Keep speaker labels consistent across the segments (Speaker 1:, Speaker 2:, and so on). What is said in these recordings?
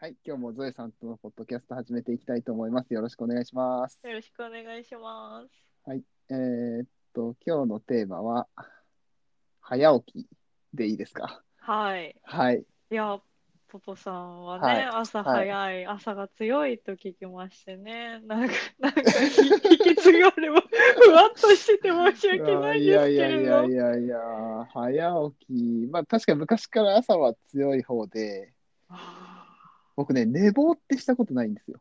Speaker 1: はい、今日もゾエさんとのポッドキャスト始めていきたいと思います。よろしくお願いします。
Speaker 2: よろしくお願いします。
Speaker 1: えーっと、今日のテーマは、早起きでいいですか
Speaker 2: はい。
Speaker 1: はい。
Speaker 2: いや、ポポさんはね、
Speaker 1: はい
Speaker 2: 朝早い、朝が強いと聞きましてね、なんか、なんかひ、引き継がれば、 ふわっとしてて申し訳ないですけれ
Speaker 1: や
Speaker 2: ど
Speaker 1: い。やいやいやいや、早起き、まあ確かに昔から朝は強い方で、
Speaker 2: あ
Speaker 1: 僕ね、寝坊ってしたことないんですよ。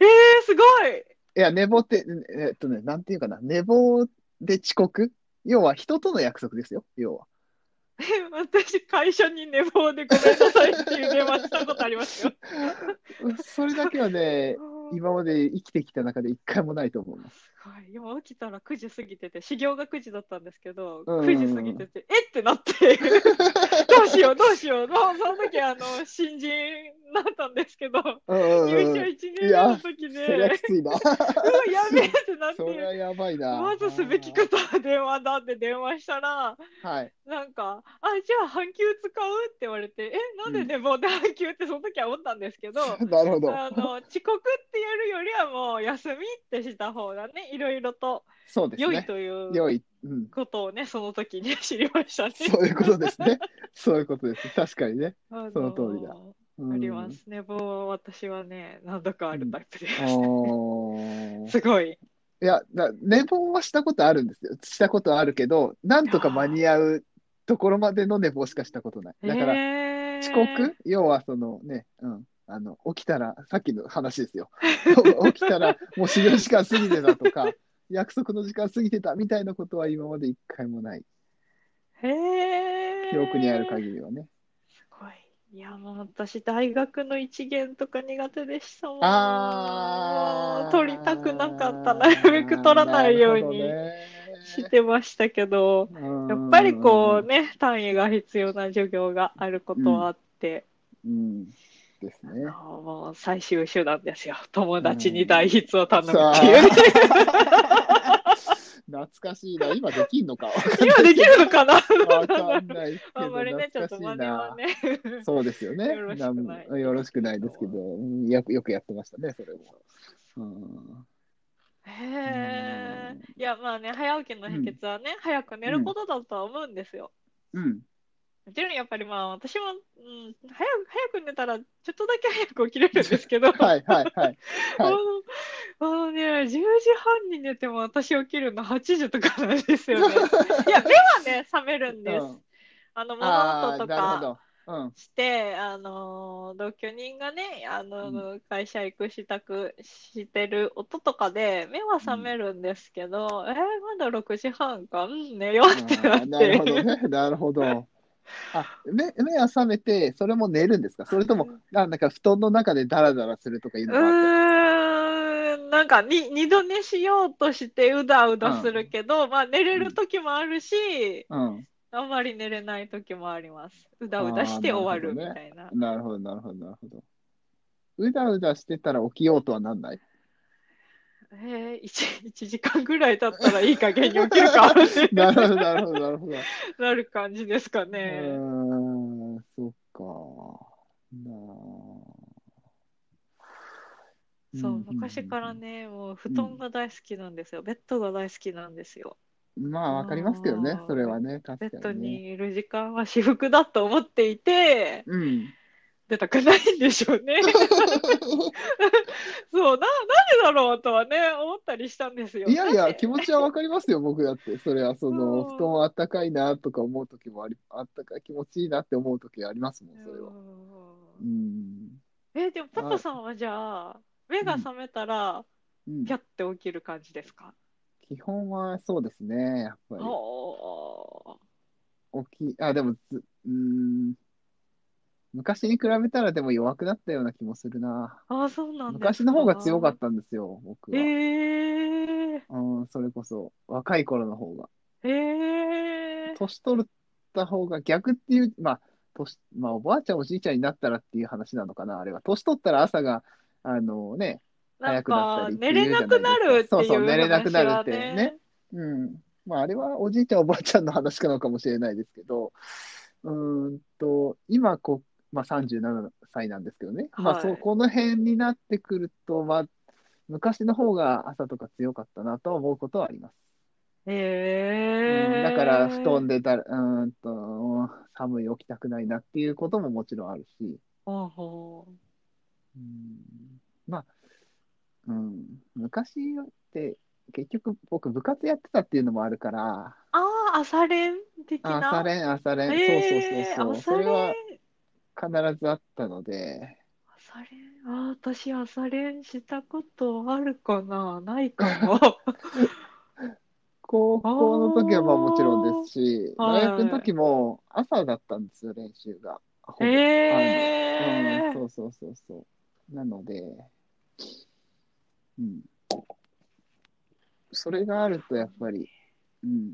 Speaker 2: ーえー、すごい
Speaker 1: いや、寝坊って、えーっとね、なんていうかな、寝坊で遅刻要は人との約束ですよ、要は。
Speaker 2: え私、会社に寝坊でごめんなさいっていう電話したことありますよ。
Speaker 1: それだけは ね、
Speaker 2: うん
Speaker 1: 今まで生きてきた中で一回もないと思います。
Speaker 2: すごい今起きたら9時過ぎてて、始業が9時だったんですけど、
Speaker 1: うん
Speaker 2: 9時過ぎてて、えって なって、どうしよう、どうしよう、もうその時あの新人だったんですけど、
Speaker 1: うんうん
Speaker 2: 入
Speaker 1: うん
Speaker 2: 社1年目の時
Speaker 1: そりゃ
Speaker 2: で
Speaker 1: き、 ついな。
Speaker 2: うん、やべえってなっ
Speaker 1: そりゃ
Speaker 2: て、
Speaker 1: やばいな。
Speaker 2: まずすべきことは電話だって電話したら、
Speaker 1: はい。
Speaker 2: なんか、あ、じゃあ、半休使うって言われて、え、なんで寝坊で半休ってその時は思ったんですけど、
Speaker 1: なるほど。
Speaker 2: あの遅刻ってやるよりはもう休みってした方がねいろいろと
Speaker 1: そうです
Speaker 2: 良い
Speaker 1: ね。
Speaker 2: という
Speaker 1: 良い。 うん。
Speaker 2: ことをねその時に知りましたね。
Speaker 1: そういうことですね。そういうことです。確かにね。
Speaker 2: あ
Speaker 1: その通りだうん
Speaker 2: あります。。寝坊は私はね何度かあるタイプで、
Speaker 1: おー
Speaker 2: すごい。
Speaker 1: いやだ、寝坊はしたことあるんですよ。したことあるけど、なんとか間に合うところまでの寝坊しかしたことない。だから、
Speaker 2: えー
Speaker 1: 遅刻要はそのね、うん。あの、起きたら、さっきの話です よ。起きたら、もう始業時間過ぎてたとか、約束の時間過ぎてたみたいなことは今まで一回もない。
Speaker 2: へー
Speaker 1: 記憶にある限りはね。
Speaker 2: すごい。いやもう私大学の一限とか苦手でしたもん。
Speaker 1: あ
Speaker 2: も
Speaker 1: あ。
Speaker 2: う取りたくなかったなるべく取らないようにしてましたけど、 やっぱりこうね単位が必要な授業があることはあって、
Speaker 1: う。うん。ですね。
Speaker 2: あーもう最終手段ですよ。友達に代筆を頼む
Speaker 1: さあ
Speaker 2: っていう。
Speaker 1: 懐かしいな。今できんのかわ
Speaker 2: 今できるのかな
Speaker 1: かんないけ
Speaker 2: あ
Speaker 1: ど。
Speaker 2: んまりね、ちょっ
Speaker 1: 懐かしい
Speaker 2: と真似は
Speaker 1: な。
Speaker 2: ね。
Speaker 1: そうですよね。
Speaker 2: よろしくない
Speaker 1: んよろしくないですけど、うんよくよくやってましたね、それも。うん
Speaker 2: へえ。いや、まあね、早起きの秘訣はね、早く寝ることだとは思うんですよ。
Speaker 1: うん。
Speaker 2: もちろんやっぱりまあ、私も、うん、早く、早く寝たら、ちょっとだけ早く起きれるんですけど、
Speaker 1: はいはいは い。
Speaker 2: あ
Speaker 1: はい
Speaker 2: の、あのね、10時半に寝ても私起きるの8時とかなんですよ ね。いや、目はね、覚めるんです。
Speaker 1: うん
Speaker 2: あの、物
Speaker 1: あ
Speaker 2: 音
Speaker 1: あ、
Speaker 2: と
Speaker 1: なる
Speaker 2: か
Speaker 1: ほ。ど。うん。
Speaker 2: して、あのー同居人がね、あのー会社行く支度してる音とかで目は覚めるんですけど、えーまだ6時半か、うん、寝ようってな
Speaker 1: あ
Speaker 2: って
Speaker 1: ーなるほどね、なるほど。あ目目は覚めて、それも寝るんですかそれとも、あなんか布団の中でダラダラするとかいう
Speaker 2: う
Speaker 1: のがあっ
Speaker 2: ーん、なんかに二度寝しようとしてうだうだするけど、まあ寝れる時もあるし、
Speaker 1: た。うん
Speaker 2: あんまり寝れない時もあります。うだうだして終わるみたいな。
Speaker 1: なるほど、なるほど、なるほど。うだうだしてたら起きようとはなんない。
Speaker 2: えー、1, 時間ぐらい経ったらいい加減に起きるか
Speaker 1: なるほど、なるほど、なるほど。
Speaker 2: なる感じですか
Speaker 1: う
Speaker 2: ね。
Speaker 1: ーん、そっか。なあ
Speaker 2: そ
Speaker 1: ん、
Speaker 2: うん
Speaker 1: ん
Speaker 2: 昔からね、もう布団が大好きなんですよ。ベッドが大好きなんですよ。
Speaker 1: まあ、わかりますけどね
Speaker 2: あ、ー
Speaker 1: それはね、確か
Speaker 2: ベ
Speaker 1: に、ね。
Speaker 2: ッドにいる時間は私服だと思っていて、
Speaker 1: うん。
Speaker 2: 出たくないんでしょう ね。そう、な、なんでだろうとはね、思ったりしたんですよ。
Speaker 1: いやい
Speaker 2: な
Speaker 1: や、
Speaker 2: んで
Speaker 1: 気持ちはわかりますよ、僕だって。それは、その、
Speaker 2: うん
Speaker 1: 布団あったかいなとか思うときもあり、あったかい気持ちいいなって思うときありますもん、それは。う
Speaker 2: うん
Speaker 1: ん。
Speaker 2: え、でもパパさんはじゃあ、目が覚めたら、
Speaker 1: うん
Speaker 2: ピャって起きる感じですか、
Speaker 1: 基本はそうですね、やっぱ
Speaker 2: お
Speaker 1: り。起き、あ、でもず、うーん。昔に比べたらでも弱くなったような気もするな。
Speaker 2: ーあー、そうなんです
Speaker 1: 昔の方が強か
Speaker 2: た。
Speaker 1: ったんですよ、僕
Speaker 2: え
Speaker 1: は。
Speaker 2: ー、
Speaker 1: うん、それこそ、若い頃の方が。
Speaker 2: えー。
Speaker 1: 年取った方が逆っていう、まあ、年、まあ、おばあちゃん、おじいちゃんになったらっていう話なのかな、あれは。年取ったら朝が、あのね、
Speaker 2: なん
Speaker 1: 早くなった
Speaker 2: か
Speaker 1: りって
Speaker 2: 寝
Speaker 1: いう
Speaker 2: れ
Speaker 1: じゃない
Speaker 2: な
Speaker 1: ですか
Speaker 2: くなるってい
Speaker 1: そ
Speaker 2: う話は、ね、
Speaker 1: うそう寝れなくなるってねうん。まあ、あれはおじいちゃん、おばあちゃんの話なのかもしれないですけど、うーんと、今こう、まあ、37歳なんですけどね、
Speaker 2: はい
Speaker 1: まあ、そこの辺になってくると、まあ、昔の方が朝とか強かったなとは思うことはあります。
Speaker 2: え
Speaker 1: うん
Speaker 2: え
Speaker 1: だから、布団でだらうーんと寒い、起きたくないなっていうことももちろんあるし、
Speaker 2: ほうほう
Speaker 1: うんまあ、うん、昔って、結局僕、部活やってたっていうのもあるから、
Speaker 2: ああ、朝練的な。
Speaker 1: 朝練、朝練、
Speaker 2: ええ
Speaker 1: そうそうそうそう、そ
Speaker 2: 朝
Speaker 1: れは
Speaker 2: 練。
Speaker 1: 必ずあったので、
Speaker 2: 朝練、あー、私朝練したことあるかな、ないか も。
Speaker 1: 高校の時はまあもちろんですし、
Speaker 2: あーはい
Speaker 1: 大学の時も朝だったんですよ、練習が。ほぼ
Speaker 2: え
Speaker 1: うん、
Speaker 2: ー、
Speaker 1: そうそうそうそう。なので、うん。それがあるとやっぱり、うん、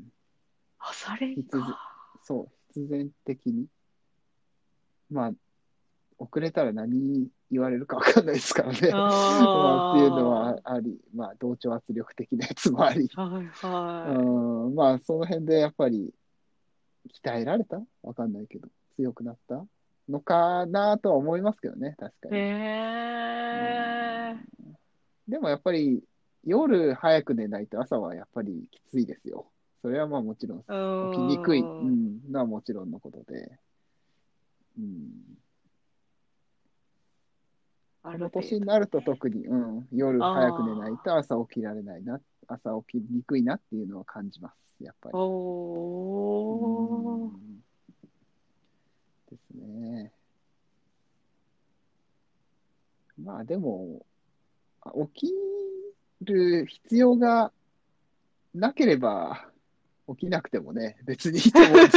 Speaker 2: 朝練か。
Speaker 1: そう、必然的に。まあ、遅れたら何言われるかわかんないですからね。まあ、
Speaker 2: あ
Speaker 1: っ
Speaker 2: ー
Speaker 1: ていうのはあり、まあ、同調圧力的なやつもあり。
Speaker 2: はいは
Speaker 1: うん、まあ、その辺でやっぱり、鍛えられたわかんないけど、強くなったのかなとは思いますけどね、確か
Speaker 2: い。
Speaker 1: に。
Speaker 2: えー、
Speaker 1: でもやっぱり、夜早く寝ないと朝はやっぱりきついですよ。それはまあもちろん、
Speaker 2: う
Speaker 1: 起
Speaker 2: ー
Speaker 1: き
Speaker 2: ん
Speaker 1: にくい、うん、のはもちろんのことで。うん、
Speaker 2: あ
Speaker 1: こ
Speaker 2: る
Speaker 1: の
Speaker 2: 程
Speaker 1: 年に
Speaker 2: 度。
Speaker 1: なると特に、うん、夜早く寝ないと朝起きられないな、朝起きにくいなっていうのは感じます、やっぱり。
Speaker 2: お
Speaker 1: う
Speaker 2: ー、
Speaker 1: んですね。まあでも、あ起きる必要がなければ、起きなくてもね、別にいいと思うんで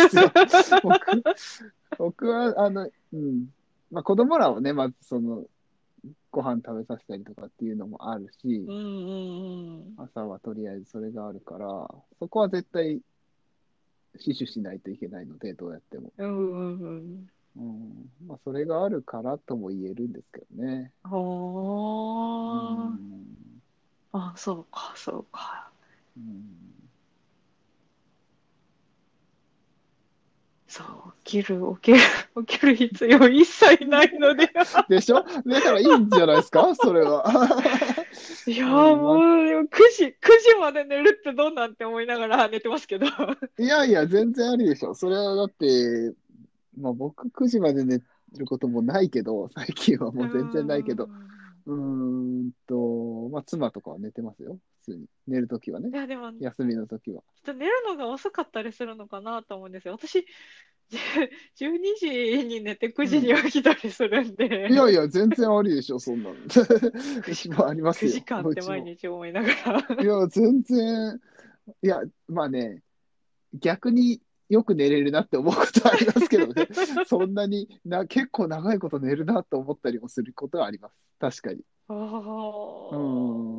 Speaker 1: すよ。僕僕は、あの、うん。まあ子供らをね、まあその、ご飯食べさせたりとかっていうのもあるし
Speaker 2: うん、うんうん。
Speaker 1: 朝はとりあえずそれがあるから、そこは絶対死守しないといけないので、どうやっても。
Speaker 2: うんうんうん。
Speaker 1: うんまあ、それがあるからとも言えるんですけどね。う
Speaker 2: ほー、
Speaker 1: ん
Speaker 2: あ、そうか、そうか。
Speaker 1: うん
Speaker 2: そう、起きる、 起きる、起きる必要一切ない ので。
Speaker 1: でしょだからいいんじゃないですか それは。
Speaker 2: いやー
Speaker 1: うん
Speaker 2: もう9時、9時まで寝るってどうなんて思いながら寝てますけど。
Speaker 1: いやいや、全然ありでしょ。それはだって、まあ、僕9時まで寝ることもないけど、最近はもう全然ないけど。。うーんと、まあ、妻とかは寝てますよ。普通に。寝るときはいね。
Speaker 2: や、でも、きっ
Speaker 1: 休みのときは。
Speaker 2: と寝るのが遅かったりするのかなと思うんですよ。私、10 12時に寝て9時に起きたりするんで、
Speaker 1: いやいや、全然ありでしょ、そ んなの。うちもあります
Speaker 2: 9
Speaker 1: よ。
Speaker 2: 時間って
Speaker 1: うちも
Speaker 2: 毎日思いながら。
Speaker 1: いや、全然、いや、まあね、逆によく寝れるなって思うことはありますけ どね、そんなにな、結構長いこと寝るなと思ったりもすることはあります、確かに。う
Speaker 2: お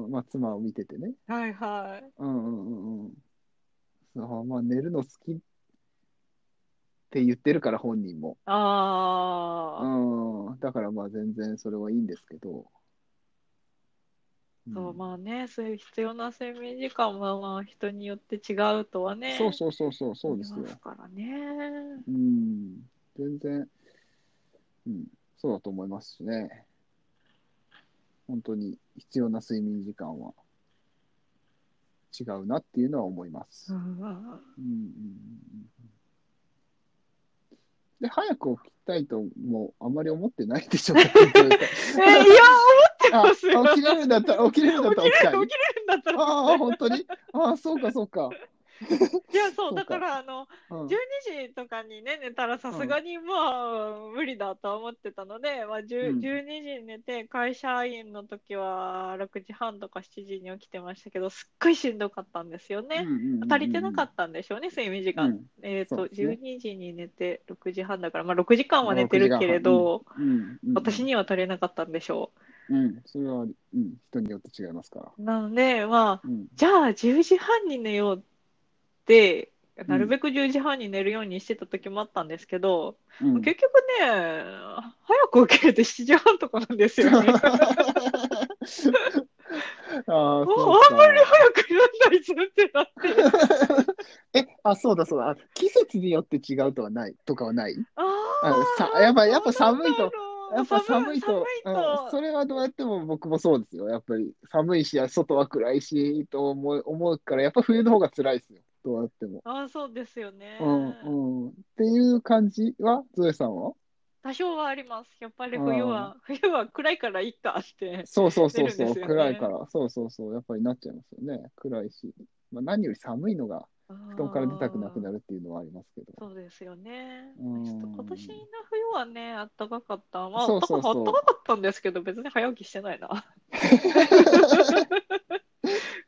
Speaker 2: ー
Speaker 1: ん、まあ、妻を見ててね。
Speaker 2: はいはい。
Speaker 1: うんうんうんうん。そうまあ、寝るの好きって言ってるから、本人も。
Speaker 2: あ
Speaker 1: うん、だからまあ、全然それはいいんですけど。
Speaker 2: ー、そうう、
Speaker 1: ん
Speaker 2: まあね、そういう必要な睡眠時間はまあ人によって違うとはね。
Speaker 1: そうそうそうそう、そうです
Speaker 2: あ
Speaker 1: よ
Speaker 2: りま。からね。
Speaker 1: うん、全然、うん、そうだと思いますしね。本当に必要な睡眠時間は違うなっていうのは思います。
Speaker 2: う
Speaker 1: うん
Speaker 2: ん
Speaker 1: うんうんうんで、早く起きたいともあんまり思ってないでしょうか
Speaker 2: え、いや、起き
Speaker 1: あ
Speaker 2: ますよ
Speaker 1: 起きれるんだったら、起きれるんだったら起きた
Speaker 2: れ
Speaker 1: い
Speaker 2: る、。起きれるんだったら。
Speaker 1: ああ、本当にああ、そうか、そうか。
Speaker 2: いや、
Speaker 1: そ
Speaker 2: そ
Speaker 1: う
Speaker 2: う、
Speaker 1: か
Speaker 2: だから、あの、
Speaker 1: うん
Speaker 2: 12時とかにね、寝たらさすがに、まあ、無理だとは思ってたので、まあ、
Speaker 1: うん
Speaker 2: 10 12時に寝て、会社員の時は6時半とか7時に起きてましたけど、すっごいしんどかったんですよね。足りてなかったんでしょうね、睡眠時間。
Speaker 1: うん
Speaker 2: えっ、
Speaker 1: そ
Speaker 2: と、
Speaker 1: うですね
Speaker 2: 12時に寝て6時半だから、まあ、6時間は寝てるけれど、
Speaker 1: うんうんうん
Speaker 2: 私には足りなかったんでしょ
Speaker 1: うん、それはあり、うん、人によって違いますから。
Speaker 2: う。なので、ま
Speaker 1: う
Speaker 2: あ、
Speaker 1: ん、
Speaker 2: じゃあ10時半に寝ようって、なるべく10時半に寝るようにしてた時もあったんですけど、
Speaker 1: うん
Speaker 2: 結局ね、早く起きれて7時半とかなんですよね。もう
Speaker 1: ああ、
Speaker 2: あんまり早くなんないぞってなって。
Speaker 1: え、あ、そうだそうだ。あ季節によって違うとはない、とかはない。
Speaker 2: あ
Speaker 1: あのさ
Speaker 2: あ
Speaker 1: やっぱやっぱ寒いと、やっぱ
Speaker 2: 寒
Speaker 1: 寒
Speaker 2: い
Speaker 1: いと、うん、それはどうやっても僕もそうですよ。やっぱり寒いし、外は暗いし、と思う思うから、やっぱ冬の方が辛いですよ。どうやっても。
Speaker 2: あそうですよね。
Speaker 1: うんうん。っていう感じは、ゾエさんは
Speaker 2: 多少はあります。やっぱり冬は、冬は暗いからいいかって。
Speaker 1: そうそうそう
Speaker 2: 出
Speaker 1: そ
Speaker 2: るん
Speaker 1: う、
Speaker 2: ですよね
Speaker 1: 暗いから。そうそうそう、やっぱりなっちゃいますよね。暗いし。まあ、何より寒いのが、布団から出たくなくな
Speaker 2: る。
Speaker 1: るっていうのはありますけど。
Speaker 2: そうですよね。
Speaker 1: うん
Speaker 2: ちょっと今年の冬はね、あったかかった。まあ、
Speaker 1: そうそうそう
Speaker 2: あったかかったんですけど、別に早起きしてな いな。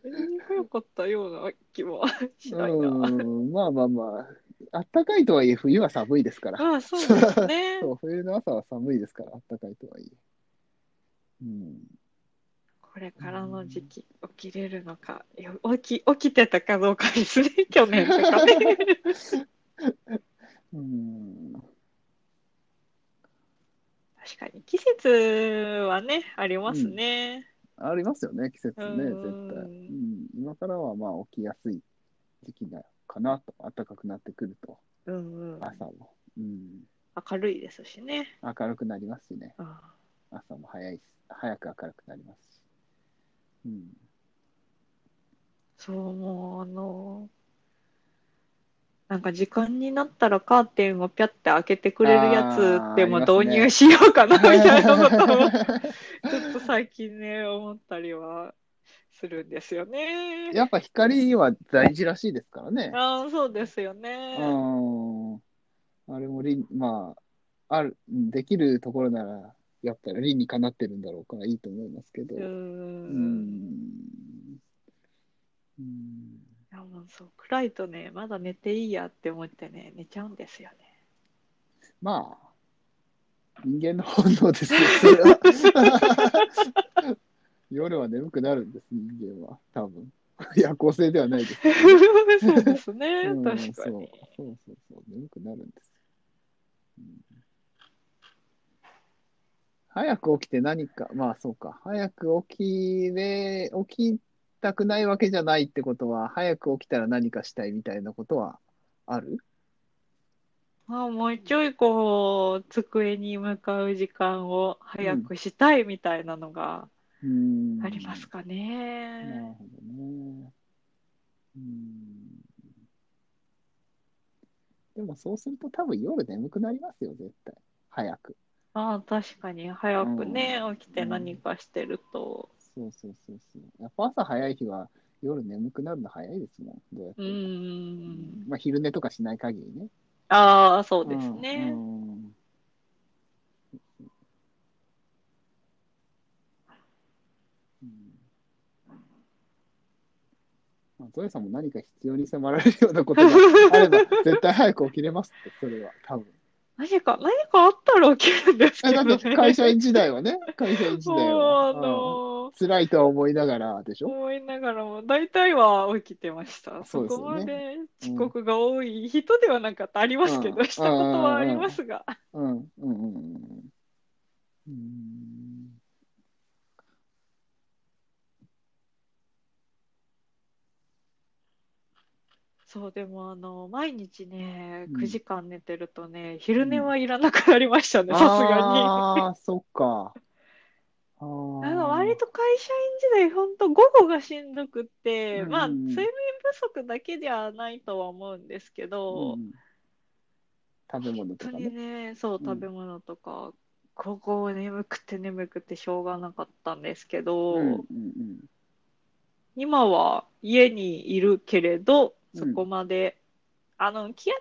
Speaker 2: 別に早かったような気もしないな。
Speaker 1: うん、まあまあまあ、暖かいとはいえ、冬は寒いですから。
Speaker 2: ああ、そうですね。
Speaker 1: そう、冬の朝は寒いですから、暖かいとはいえ。うん。
Speaker 2: これからの時期、起きれるのか、いや起き起きてたかどうかで すね、去年とかね。
Speaker 1: うん。
Speaker 2: 確かに、季節はね、ありますね。
Speaker 1: ありますよね、季節ね、
Speaker 2: うん
Speaker 1: 絶対。うん。今からは、まあ、起きやすい時期なのかなと、暖かくなってくると、
Speaker 2: うんうん、
Speaker 1: 朝も。うん。
Speaker 2: 明るいですしね。
Speaker 1: 明るくなりますしね。
Speaker 2: あ
Speaker 1: 朝も早いし、早く明るくなりますし。う ん。
Speaker 2: そう、もう、あのなんか時間になったらカーテンをぴゃって開けてくれるやつでも
Speaker 1: あーありますね
Speaker 2: 導入しようかなみたいなこと をちょっと最近ね思ったりはするんですよ ね。
Speaker 1: やっぱ光は大事らしいですからね。
Speaker 2: あーそうですよね。
Speaker 1: うん。あれも理、まあ、ある、うんできるところなら、やっぱり理にかなってるんだろうからいいと思いますけど。
Speaker 2: うー。
Speaker 1: うんん。うん。
Speaker 2: いやもうそう暗いとね、まだ寝ていいやって思ってね、寝ちゃうんですよね。
Speaker 1: まあ、人間の本能ですよ、それは。 夜は眠くなるんです、人間は。多分。夜行性ではないです。
Speaker 2: そうですね
Speaker 1: う、ん
Speaker 2: 確かに。
Speaker 1: そうそうそうそう、眠くなるんです、うん早く起きて何か、まあそうか、早く起きれ、起きたくないわけじゃないってことは、早く起きたら何かしたいみたいなことはある
Speaker 2: まあ、もうちょいこう、机に向かう時間を早くしたいみたいなのが
Speaker 1: うーん
Speaker 2: ありますか
Speaker 1: なる
Speaker 2: ね。
Speaker 1: ほどね。うーん。でもそうすると多分夜眠くなりますよ、絶対。早く。
Speaker 2: ああ、確かに、早くね、起きて
Speaker 1: うん
Speaker 2: 何かしてると。
Speaker 1: そうそうそうそう。やっぱ朝早い日は夜眠くなるの早いですもん。どうやって
Speaker 2: う
Speaker 1: も
Speaker 2: ん。
Speaker 1: まあ、昼寝とかしない限りね。
Speaker 2: ああ、そうですね。
Speaker 1: うんうんうんまあ、ゾエさんも何か必要に迫られるようなことが あれば、絶対早く起きれますって、それは、多分。
Speaker 2: 何か、何かあったら起きるんです
Speaker 1: え
Speaker 2: け
Speaker 1: だ
Speaker 2: ど
Speaker 1: って
Speaker 2: ね。
Speaker 1: 会社員時代はね、会社員時
Speaker 2: そう、
Speaker 1: 代
Speaker 2: あ
Speaker 1: は、うん
Speaker 2: の
Speaker 1: 辛いとは思いながらでしょ
Speaker 2: 思いながらも、大体は起きてました。
Speaker 1: そうですよね
Speaker 2: こまで遅刻が多い人ではなかった、ありますけ
Speaker 1: う
Speaker 2: ど、
Speaker 1: ん
Speaker 2: したことはありますが。
Speaker 1: うんうんうんうんうーん
Speaker 2: そう、でもあの、毎日ね、
Speaker 1: うん
Speaker 2: 9時間寝てるとね、昼寝はいらなくなりましたね、さすがに。
Speaker 1: ああ、そっか。あ
Speaker 2: な
Speaker 1: ー
Speaker 2: んか割と会社員時代、ほんと午後がしんどくって、
Speaker 1: うん
Speaker 2: まあ、睡眠不足だけではないとは思うんですけど、
Speaker 1: うん食べ物と
Speaker 2: 本
Speaker 1: かね
Speaker 2: 当に。ね、そう、
Speaker 1: うん
Speaker 2: 食べ物とか、ここ眠くて眠くてしょうがなかったんですけど、
Speaker 1: うんうん
Speaker 2: 今は家にいるけれど、
Speaker 1: う
Speaker 2: そ
Speaker 1: ん
Speaker 2: こまで、あの、気圧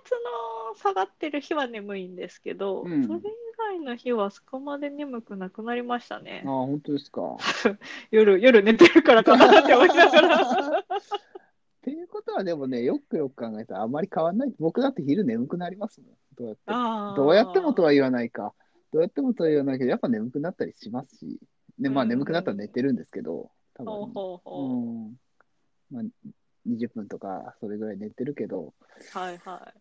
Speaker 2: の下がってる日は眠いんですけど、
Speaker 1: うん
Speaker 2: それ以外の日はそこまで眠くなくなりましたね
Speaker 1: うん、あ。あ、本当ですか。
Speaker 2: 夜、夜寝てるからかなって思いな がら。
Speaker 1: っていうことはでもね、よくよく考えたらあんまり変わんない。僕だって昼眠くなりますもん。どうやっても。
Speaker 2: あー
Speaker 1: どうやってもとは言わないか。どうやってもとは言わないけど、やっぱ眠くなったりしますし。ね、まあ
Speaker 2: うん
Speaker 1: 眠くなったら寝てるんですけど、多分。
Speaker 2: ほうほうほう。
Speaker 1: うん。まあ、20分とか、それぐらい寝てるけど、
Speaker 2: はいは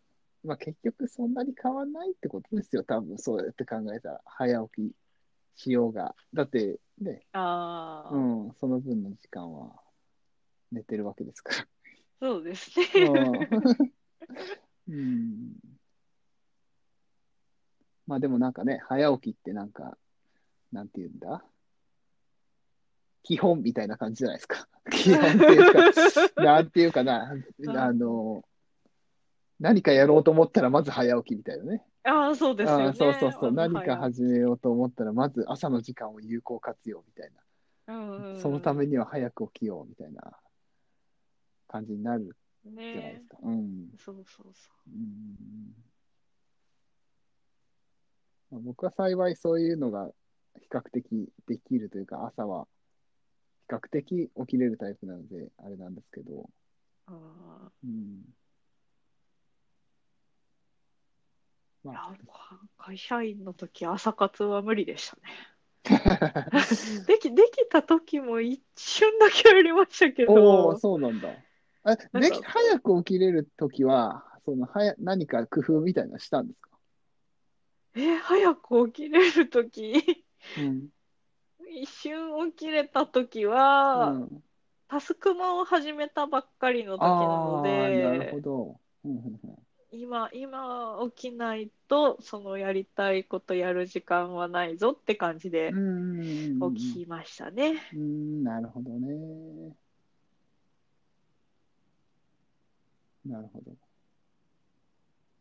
Speaker 1: まあ結局そんなに変わんないってことですよ。多分そうやって考えたら、早起きしようが。だって、ね、
Speaker 2: い。ああ、
Speaker 1: うん、その分の時間は寝てるわけですから。
Speaker 2: そうですね。
Speaker 1: うんうん。まあでもなんかね、早起きってなんか、なんて言うんだ基本みたいな感じじゃないです か。基本っていうか、なんていうかな、あの、何かやろうと思ったらまず早起きみたいなね。
Speaker 2: ああ、そうですよ
Speaker 1: あ
Speaker 2: ね。
Speaker 1: あそうそうそう。
Speaker 2: あ
Speaker 1: 何
Speaker 2: の
Speaker 1: か始めようと思ったら、まず朝の時間を有効活用みたい
Speaker 2: うんう
Speaker 1: な。
Speaker 2: ん
Speaker 1: そのためには早く起きようみたいな感じになるじゃないで
Speaker 2: ね
Speaker 1: すか。うん。
Speaker 2: そうそうそ
Speaker 1: うんまあ僕は幸いそういうのが比較的できるというか、朝は比較的起きれるタイプなので、あれなんですけど、
Speaker 2: う。あ
Speaker 1: うん、
Speaker 2: ーあ会社員の時朝活は無理でした ね。でき、できた時も一瞬だけありましたけ
Speaker 1: おお、
Speaker 2: ど、
Speaker 1: そうなんだ。あ
Speaker 2: なん
Speaker 1: で
Speaker 2: か
Speaker 1: き早く起きれるときは、そのはや何か工夫みたいなのしたんですか、
Speaker 2: え、早く起きれる時、
Speaker 1: うん
Speaker 2: 一瞬起きれた時は、
Speaker 1: うん、
Speaker 2: タスクマを始めたばっかりの時なの
Speaker 1: あーなる
Speaker 2: で
Speaker 1: ほ、ど。うんうんうん
Speaker 2: 今、今起きないと、そのやりたいことやる時間はないぞって感じで
Speaker 1: うんうんうんうん
Speaker 2: 起きましたね。
Speaker 1: うーん、なるほどね。なるほ ど。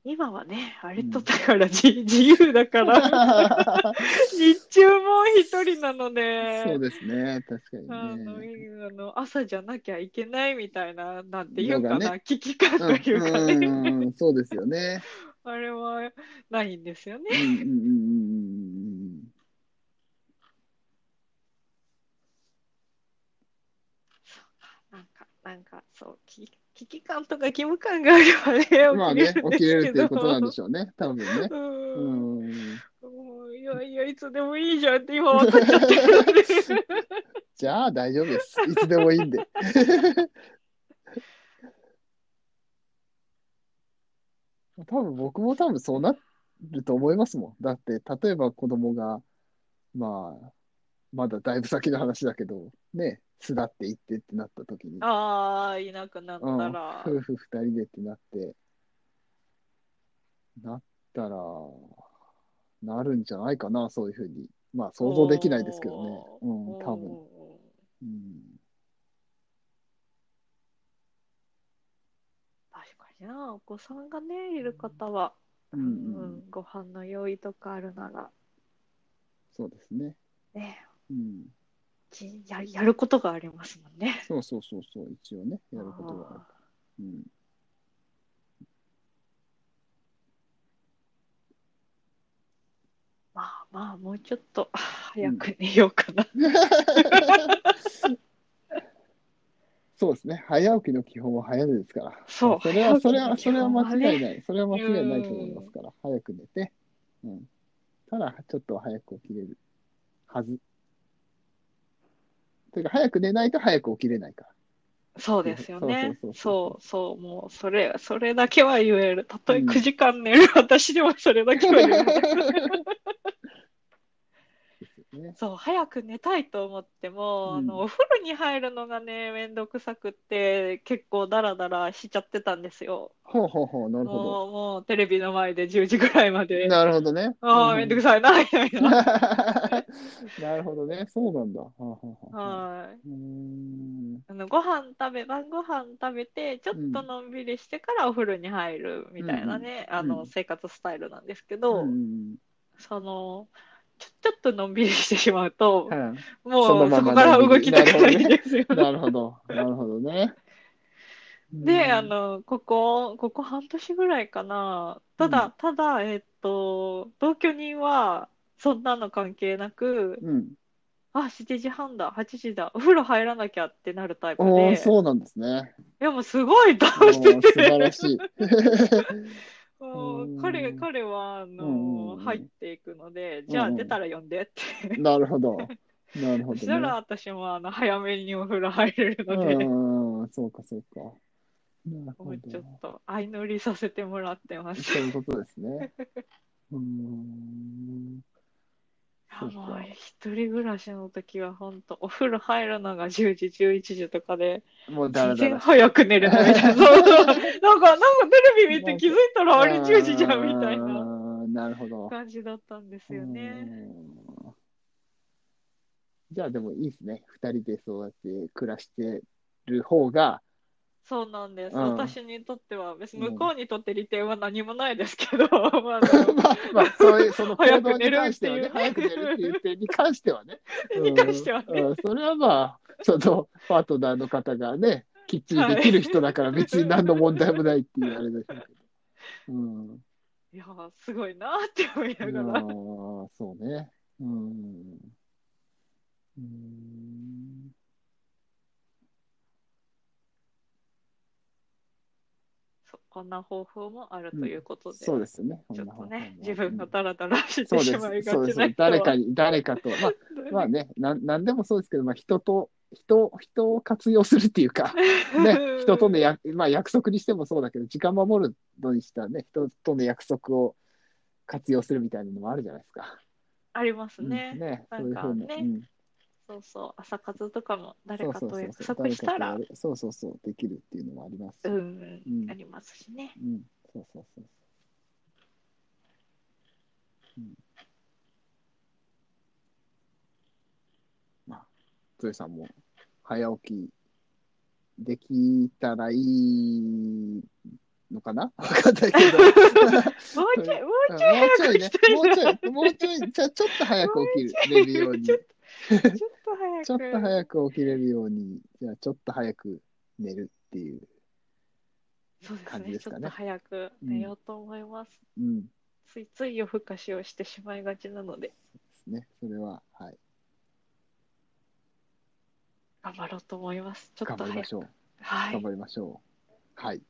Speaker 2: 今はね、あれとだからじ、自由だから、日中も一人なので、
Speaker 1: そうですね、確か
Speaker 2: あ
Speaker 1: に
Speaker 2: の
Speaker 1: ね。
Speaker 2: いあの朝じゃなきゃいけないみたいな、なんていうか
Speaker 1: の
Speaker 2: な、
Speaker 1: が
Speaker 2: 危機感というかね、
Speaker 1: うんうんうん、そうですよね。
Speaker 2: あれはないんです
Speaker 1: う
Speaker 2: よ
Speaker 1: ん
Speaker 2: ね。
Speaker 1: うんうんうんうん
Speaker 2: なんか、なんか、そう、き危機感とか義務感があればね、
Speaker 1: うん。まあね、
Speaker 2: 起
Speaker 1: 起
Speaker 2: き
Speaker 1: きれ
Speaker 2: れる
Speaker 1: る
Speaker 2: ん
Speaker 1: ってい
Speaker 2: ですけ
Speaker 1: う
Speaker 2: ど
Speaker 1: ことなんでしょうね、多分ね。
Speaker 2: う。
Speaker 1: うんん。
Speaker 2: もういやいや、いつでもいいじゃんって今分かっちゃってるので。
Speaker 1: じゃあ大丈夫です。いつでもいいんで。 多分僕も多分そうなると思いますもん。だって例えば子供が、まあ、まだだいぶ先の話だけど、ね、巣立って行ってってなった時に、
Speaker 2: ああ、いなくなった
Speaker 1: うん、
Speaker 2: ら。
Speaker 1: 夫婦二人でってなって、なったら、なるんじゃないかな、そういうふうに。まあ 想像できないですけどね。うん、多分。
Speaker 2: 分。
Speaker 1: うん
Speaker 2: 確かにな、お子さんがね、いる方は、
Speaker 1: う
Speaker 2: うんん
Speaker 1: う、
Speaker 2: うんん、ご飯の用意とかあるなら、
Speaker 1: そうですね。
Speaker 2: ね、
Speaker 1: うん、
Speaker 2: じややることがありますもんね。
Speaker 1: そうそうそうそう、一応ね、やることがある。うん、
Speaker 2: あーまあまあ、もうちょっとあー早く寝ようかな。
Speaker 1: そうですね、早起きの基本は早寝ですから。
Speaker 2: そう
Speaker 1: それは、それ
Speaker 2: 早
Speaker 1: は、
Speaker 2: 起
Speaker 1: そ
Speaker 2: きの基
Speaker 1: れは
Speaker 2: 本はね
Speaker 1: 間違いない。それは間違いないと思いますから、早く寝て、うん。ただ、ちょっと早く起きれるはず。というか、早く寝ないと早く起きれないから。
Speaker 2: そうですよ ね。
Speaker 1: そう
Speaker 2: そ
Speaker 1: そう
Speaker 2: そう、もう、それ、それだけは言える。たとえ
Speaker 1: うん
Speaker 2: 9時間寝る、 私でもそれだけは言える。
Speaker 1: ですよね。
Speaker 2: そう、早く寝たいと思っても、
Speaker 1: うん
Speaker 2: あの、お風呂に入るのがね、めんどくさくって、結構ダラダラしちゃってたんですよ。
Speaker 1: ほうほうほう、なるほど。
Speaker 2: もう、もう、テレビの前で10時ぐらいまで。
Speaker 1: なるほどね。
Speaker 2: ああ、
Speaker 1: うん
Speaker 2: めんどくさいな、みたいな。
Speaker 1: なるほどね。そうなんだ。はあはあはあ
Speaker 2: はい。
Speaker 1: うーん。
Speaker 2: あの、ご飯食べ、晩ご飯食べて、ちょっとのんびりしてからお風呂に入るみたいなね、あ
Speaker 1: う
Speaker 2: の、
Speaker 1: ん
Speaker 2: 生活スタイルなんですけど、
Speaker 1: うん
Speaker 2: その、ちょ、ちょっとのんびりしてしまうと、
Speaker 1: は
Speaker 2: もう
Speaker 1: そのまま
Speaker 2: そこから
Speaker 1: のんび
Speaker 2: 動
Speaker 1: り
Speaker 2: き出せ ないんですよ。
Speaker 1: いなるほど。なるほどね。
Speaker 2: で、
Speaker 1: うん
Speaker 2: あ、の、ここ、ここ半年ぐらいかな。ただ、
Speaker 1: うん
Speaker 2: ただ、えっと、同居人は、そんなの関係なく、
Speaker 1: うん。
Speaker 2: あ、7時半だ、8時だ、お風呂入らなきゃってなるタイプ
Speaker 1: おお、
Speaker 2: で、い
Speaker 1: そうなんです ね。
Speaker 2: や、もうすご
Speaker 1: お
Speaker 2: い倒
Speaker 1: ー
Speaker 2: して
Speaker 1: 素晴ら
Speaker 2: て、
Speaker 1: しい。
Speaker 2: もう
Speaker 1: うん
Speaker 2: 彼、彼は、あ
Speaker 1: うんうん
Speaker 2: の、
Speaker 1: うん
Speaker 2: 入っていくので、じゃあ
Speaker 1: うんうん
Speaker 2: 出たら呼んでって。
Speaker 1: なるほど。なるほど
Speaker 2: そしたら
Speaker 1: ね。
Speaker 2: 私も、あの、早めにお風呂入れる
Speaker 1: う
Speaker 2: ので、
Speaker 1: ん、そうか、そうか。なる
Speaker 2: も
Speaker 1: ほ
Speaker 2: うちょっ
Speaker 1: ど。
Speaker 2: と相乗りさせてもらってます
Speaker 1: そういうことですね。うーん。そうか
Speaker 2: もう一人暮らしの時は本当お風呂入るのが10時、11時とかで、
Speaker 1: もうダラ
Speaker 2: 全
Speaker 1: ダ
Speaker 2: 然
Speaker 1: ラ。
Speaker 2: 早く寝るのみた いな。そうそうなんか、なんかテレビ見て気づいたらあれ10時じゃんみたいな
Speaker 1: あー。なるほど。
Speaker 2: 感じだったんですよね。
Speaker 1: うんじゃあでもいいですね。二人でそうやって暮らしてる方が、
Speaker 2: そうなんです。
Speaker 1: うん
Speaker 2: 私にとっては、別に
Speaker 1: うん
Speaker 2: 向こうにとって利点は何もないですけど、まああの
Speaker 1: まあまあ、そう いう、その行
Speaker 2: 早
Speaker 1: 動
Speaker 2: く
Speaker 1: に
Speaker 2: 寝る
Speaker 1: 関
Speaker 2: っ
Speaker 1: してては
Speaker 2: いう
Speaker 1: ね、早く寝るっていう点に関してはね。
Speaker 2: に関してはね
Speaker 1: うんうんそれはまあ、その、パートナーの方がね、きっちりできる人だから別に何の問題もないっていうあれでしょうけど。うん。
Speaker 2: いやー、すごいなーって思い
Speaker 1: ああ
Speaker 2: ながら。
Speaker 1: ー、そうね。うん。うん。
Speaker 2: そうこんな方法もあるということで、
Speaker 1: そうですよね。
Speaker 2: ちょっとね、
Speaker 1: そ
Speaker 2: 自
Speaker 1: んな
Speaker 2: 分がダラダラし
Speaker 1: そ
Speaker 2: て
Speaker 1: う
Speaker 2: し
Speaker 1: で
Speaker 2: まい
Speaker 1: す。
Speaker 2: が
Speaker 1: そうで
Speaker 2: ちな
Speaker 1: す。
Speaker 2: 人は
Speaker 1: 誰かに、誰かと。まあ、まあね、なん、なんでもそうですけど、まあ、人と、人、人を活用するっていう か、ね、人とのや、まあ、約束にしてもそうだけど、時間守るのにしたらね、人との約束を活用するみたいなのもあるじゃないですか。
Speaker 2: あります
Speaker 1: うん
Speaker 2: ね。
Speaker 1: ね、
Speaker 2: な
Speaker 1: そうい
Speaker 2: ん
Speaker 1: うふ
Speaker 2: か
Speaker 1: う
Speaker 2: ね
Speaker 1: に。うん
Speaker 2: そうそう、朝活とかも誰
Speaker 1: そう
Speaker 2: か
Speaker 1: そうそ
Speaker 2: と
Speaker 1: う
Speaker 2: 約
Speaker 1: そう。
Speaker 2: 束したら、
Speaker 1: 誰かとやるそうそうそう、できるっていうのもありますし。
Speaker 2: うん、
Speaker 1: うん
Speaker 2: ありますしね。
Speaker 1: うん、そうそうそうそう。うん。まあ、トヨさんも早起きできたらいいのかな わかんないけど。も
Speaker 2: もうちょい、も
Speaker 1: う
Speaker 2: う
Speaker 1: ちょ
Speaker 2: ちょい早く
Speaker 1: いね
Speaker 2: した、い
Speaker 1: もう
Speaker 2: な。
Speaker 1: ちょい、もうちょい、ちょちょっと早く起きれるように、
Speaker 2: ち
Speaker 1: ちょ
Speaker 2: ょっとちょっと早く。
Speaker 1: っと早く起きれるように、じゃあちょっと早く寝るっていう。
Speaker 2: そうです
Speaker 1: 感
Speaker 2: ね
Speaker 1: じです
Speaker 2: ち
Speaker 1: か
Speaker 2: ょっ
Speaker 1: ね
Speaker 2: と早く寝ようと思います。
Speaker 1: うん。で
Speaker 2: ついつい夜更かしをしてしまいがちなので、
Speaker 1: すね。それは、はい。
Speaker 2: 頑張ろうと思います。ちょっ
Speaker 1: 頑
Speaker 2: と
Speaker 1: 張りま
Speaker 2: 早く。
Speaker 1: しょう。
Speaker 2: はい
Speaker 1: 頑。張りましょう。はい。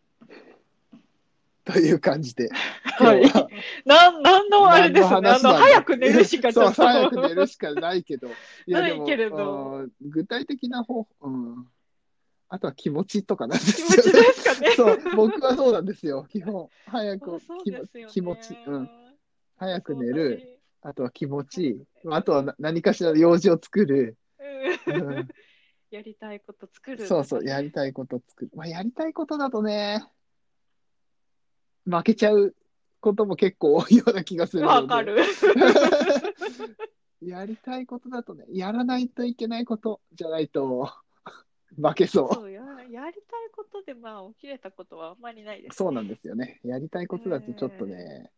Speaker 1: という感じで、
Speaker 2: はい
Speaker 1: 今 日は
Speaker 2: なん、なんのあれですね。あ
Speaker 1: 何話
Speaker 2: の、
Speaker 1: なんだ
Speaker 2: 早く寝るしかち
Speaker 1: そ
Speaker 2: ょ
Speaker 1: う、
Speaker 2: っと。
Speaker 1: 早く寝るしかない けど、い
Speaker 2: ないけれど
Speaker 1: うん具体的な方法、うん、あとは気持ちとかなんで
Speaker 2: 気
Speaker 1: す
Speaker 2: 持
Speaker 1: よ
Speaker 2: ち
Speaker 1: ね。
Speaker 2: ですかね。
Speaker 1: そう、僕はそうなんですよ、基本。早
Speaker 2: あ
Speaker 1: く、
Speaker 2: そう
Speaker 1: 気
Speaker 2: で
Speaker 1: も
Speaker 2: すよね。
Speaker 1: 気持ち、うん、早く寝
Speaker 2: そうだ
Speaker 1: る、
Speaker 2: し。
Speaker 1: あとは気持ち、
Speaker 2: うん
Speaker 1: あとはな何かしらの用事を作る、
Speaker 2: うん
Speaker 1: うん
Speaker 2: やりたいこと作る。
Speaker 1: そうそう、やりたいこと作る。まあ、やりたいことだとね、負けちゃうことも結構多いような気がするので
Speaker 2: わか。る。
Speaker 1: やりたいことだとね、やらないといけないことじゃないと、 負けそう。
Speaker 2: そうや、やりたいことで、まあ、起きれたことはあんまりないです、ね。
Speaker 1: そうなんですよね。やりたいことだとちょっとね、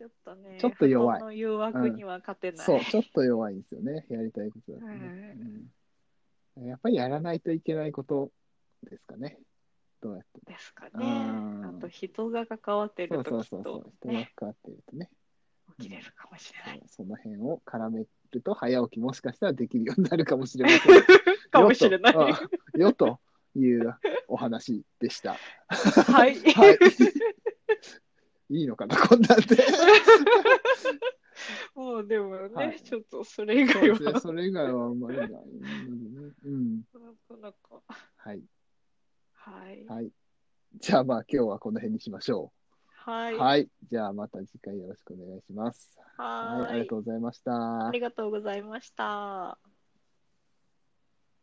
Speaker 2: ちょっとね、
Speaker 1: ちょっと弱い
Speaker 2: 人の誘惑には勝てない。
Speaker 1: そう、ちょっと弱いんですよね。やりたいことだとね、うんやっぱりやらないといけないことですかね。どうやって。
Speaker 2: ですか
Speaker 1: う
Speaker 2: ね。あ
Speaker 1: ん
Speaker 2: と人が関わって
Speaker 1: そ
Speaker 2: る
Speaker 1: う
Speaker 2: と
Speaker 1: そう
Speaker 2: き
Speaker 1: そうそう
Speaker 2: と、。
Speaker 1: 人が関わってるとね。
Speaker 2: 起きれるかもしれない。
Speaker 1: その辺を絡めると早起きもしかしたらできるようになるかもしれません。
Speaker 2: かもしれない。
Speaker 1: よとうんよというお話でした。
Speaker 2: はい。
Speaker 1: はい。いいのかな、こんなんで。
Speaker 2: もうでもね、
Speaker 1: はい
Speaker 2: ちょっとそれ以
Speaker 1: そう
Speaker 2: 外
Speaker 1: で
Speaker 2: は、
Speaker 1: すね、それ以外はあんまりないのでね。うん。
Speaker 2: なかなか。
Speaker 1: はい。
Speaker 2: はい。
Speaker 1: はい。じゃあまあ今日はこの辺にしましょ
Speaker 2: は
Speaker 1: う。は
Speaker 2: い。
Speaker 1: い。
Speaker 2: はい。
Speaker 1: じゃあまた次回よろしくお願いします。はい。ありがとうございました。
Speaker 2: ありがとうございました。